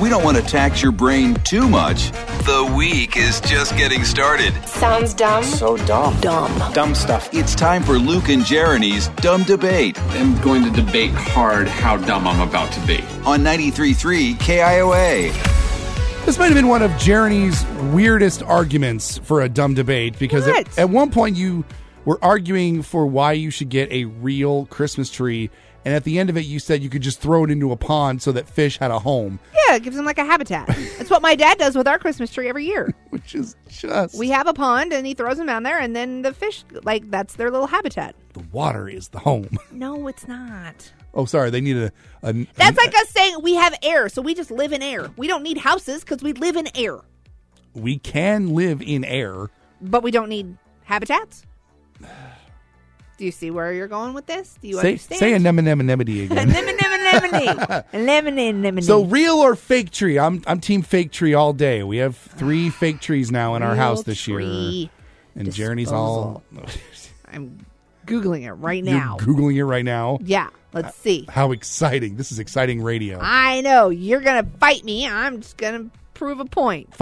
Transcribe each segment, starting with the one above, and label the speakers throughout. Speaker 1: We don't want to tax your brain too much. The week is just getting started.
Speaker 2: Sounds dumb.
Speaker 3: So dumb.
Speaker 2: Dumb.
Speaker 3: Dumb stuff.
Speaker 1: It's time for Luke and Jeremy's Dumb Debate
Speaker 4: I'm going to debate hard how dumb I'm about to be.
Speaker 1: on 93.3 KIOA.
Speaker 5: This might have been one of Jeremy's weirdest arguments for a dumb debate because at,
Speaker 6: What?
Speaker 5: at one point you were arguing for why you should get a real Christmas tree, and at the end of it you said you could just throw it into a pond so that fish had a home,
Speaker 6: Yeah, it gives them like a habitat. That's what my dad does with our Christmas tree every year.
Speaker 5: which is just
Speaker 6: We have a pond and he throws them down there, and then the fish, like, that's their little habitat.
Speaker 5: the water is the home.
Speaker 6: No, it's not.
Speaker 5: oh, sorry, they need a, a
Speaker 6: That's like us saying we have air, so we just live in air. We don't need houses because we live in air,
Speaker 5: we can live in air.
Speaker 6: but we don't need habitats. Do you see where you're going with this? Do you
Speaker 5: Say,
Speaker 6: understand?
Speaker 5: say anemonemonemity again.
Speaker 6: Lemon, lemon, lemony. Lemon, lemony.
Speaker 5: So real or fake tree? I'm I'm team fake tree all day. We have three fake trees now in our
Speaker 6: Real
Speaker 5: house this year,
Speaker 6: tree
Speaker 5: and Jeremy's all
Speaker 6: I'm Googling it right
Speaker 5: you're
Speaker 6: now.
Speaker 5: googling it right now.
Speaker 6: yeah, let's see.
Speaker 5: How exciting! This is exciting radio.
Speaker 6: I know. You're going to fight me. I'm just going to prove a point.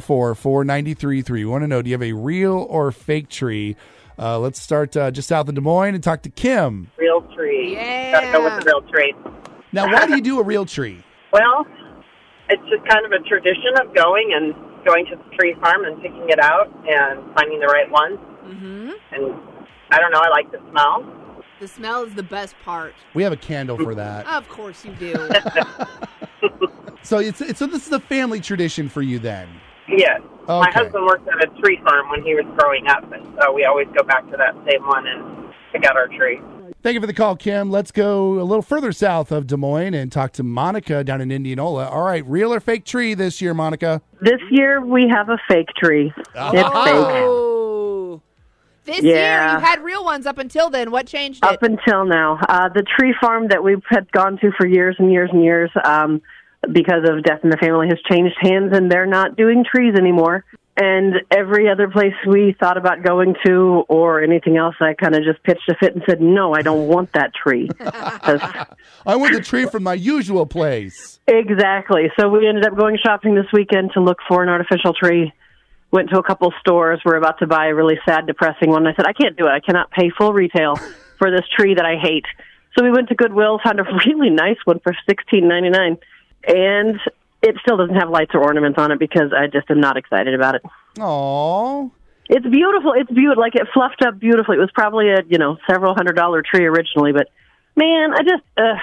Speaker 5: 515-244-4933. We want to know: Do you have a real or fake tree? Uh, let's start uh, just south of Des Moines and talk to Kim.
Speaker 7: real tree.
Speaker 6: Yeah.
Speaker 7: Gotta go with the real tree.
Speaker 5: Now, why do you do a real tree?
Speaker 7: Well, it's just kind of a tradition of going and going to the tree farm and picking it out and finding the right one.
Speaker 6: Mm-hmm.
Speaker 7: And I don't know, I like the smell.
Speaker 6: The smell is the best part.
Speaker 5: We have a candle for that.
Speaker 6: Of course you do.
Speaker 5: So it's, it's so this is a family tradition for you then.
Speaker 7: Yes. My
Speaker 5: Okay.
Speaker 7: husband worked at a tree farm when he was growing up, and so we always go back to that same one and pick out our tree.
Speaker 5: Thank you for the call, Kim. Let's go a little further south of Des Moines and talk to Monica down in Indianola. All right, real or fake tree this year, Monica?
Speaker 8: This year we have a fake tree.
Speaker 6: oh. This
Speaker 8: Yeah.
Speaker 6: year you had real ones up until then. What changed it?
Speaker 8: Up until now, uh, the tree farm that we had gone to for years and years and years, um, because of death in the family, has changed hands, and they're not doing trees anymore. And every other place we thought about going to or anything else, I kind of just pitched a fit and said, "No, I don't want that tree." 'Cause-
Speaker 5: I want the tree from my usual place.
Speaker 8: Exactly. So we ended up going shopping this weekend to look for an artificial tree. Went to a couple stores. We're about to buy a really sad, depressing one. And I said, I can't do it. I cannot pay full retail for this tree that I hate. So we went to Goodwill, found a really nice one for sixteen ninety nine, and it still doesn't have lights or ornaments on it because I just am not excited about it.
Speaker 5: Aww.
Speaker 8: It's beautiful. It's beautiful. Like it fluffed up beautifully. It was probably a you know several hundred dollar tree originally, but man, I just uh,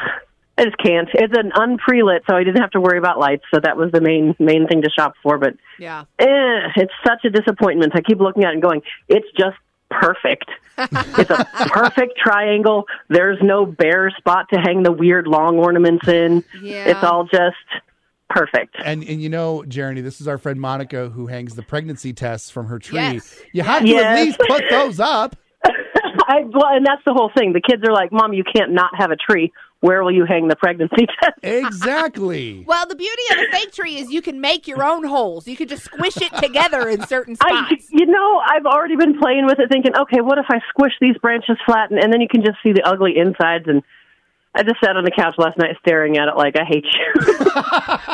Speaker 8: I just can't. It's an unprelit, so I didn't have to worry about lights. So that was the main main thing to shop for. But
Speaker 6: yeah.
Speaker 8: eh, it's such a disappointment. I keep looking at it and going, it's just perfect. it's a perfect triangle. There's no bare spot to hang the weird long ornaments in.
Speaker 6: Yeah.
Speaker 8: It's all just perfect.
Speaker 5: And and you know, Jeremy, this is our friend Monica who hangs the pregnancy tests from her tree.
Speaker 6: Yes.
Speaker 5: You have to at
Speaker 8: Yes.
Speaker 5: least put those up.
Speaker 8: I, well, and that's the whole thing. The kids are like, "Mom, you can't not have a tree. Where will you hang the pregnancy test?"
Speaker 5: Exactly.
Speaker 6: Well, the beauty of a fake tree is you can make your own holes. You can just squish it together in certain
Speaker 8: I,
Speaker 6: spots.
Speaker 8: you know, I've already been playing with it, thinking, "Okay, what if I squish these branches flat, and, and then you can just see the ugly insides?" And I just sat on the couch last night, staring at it like, "I hate you."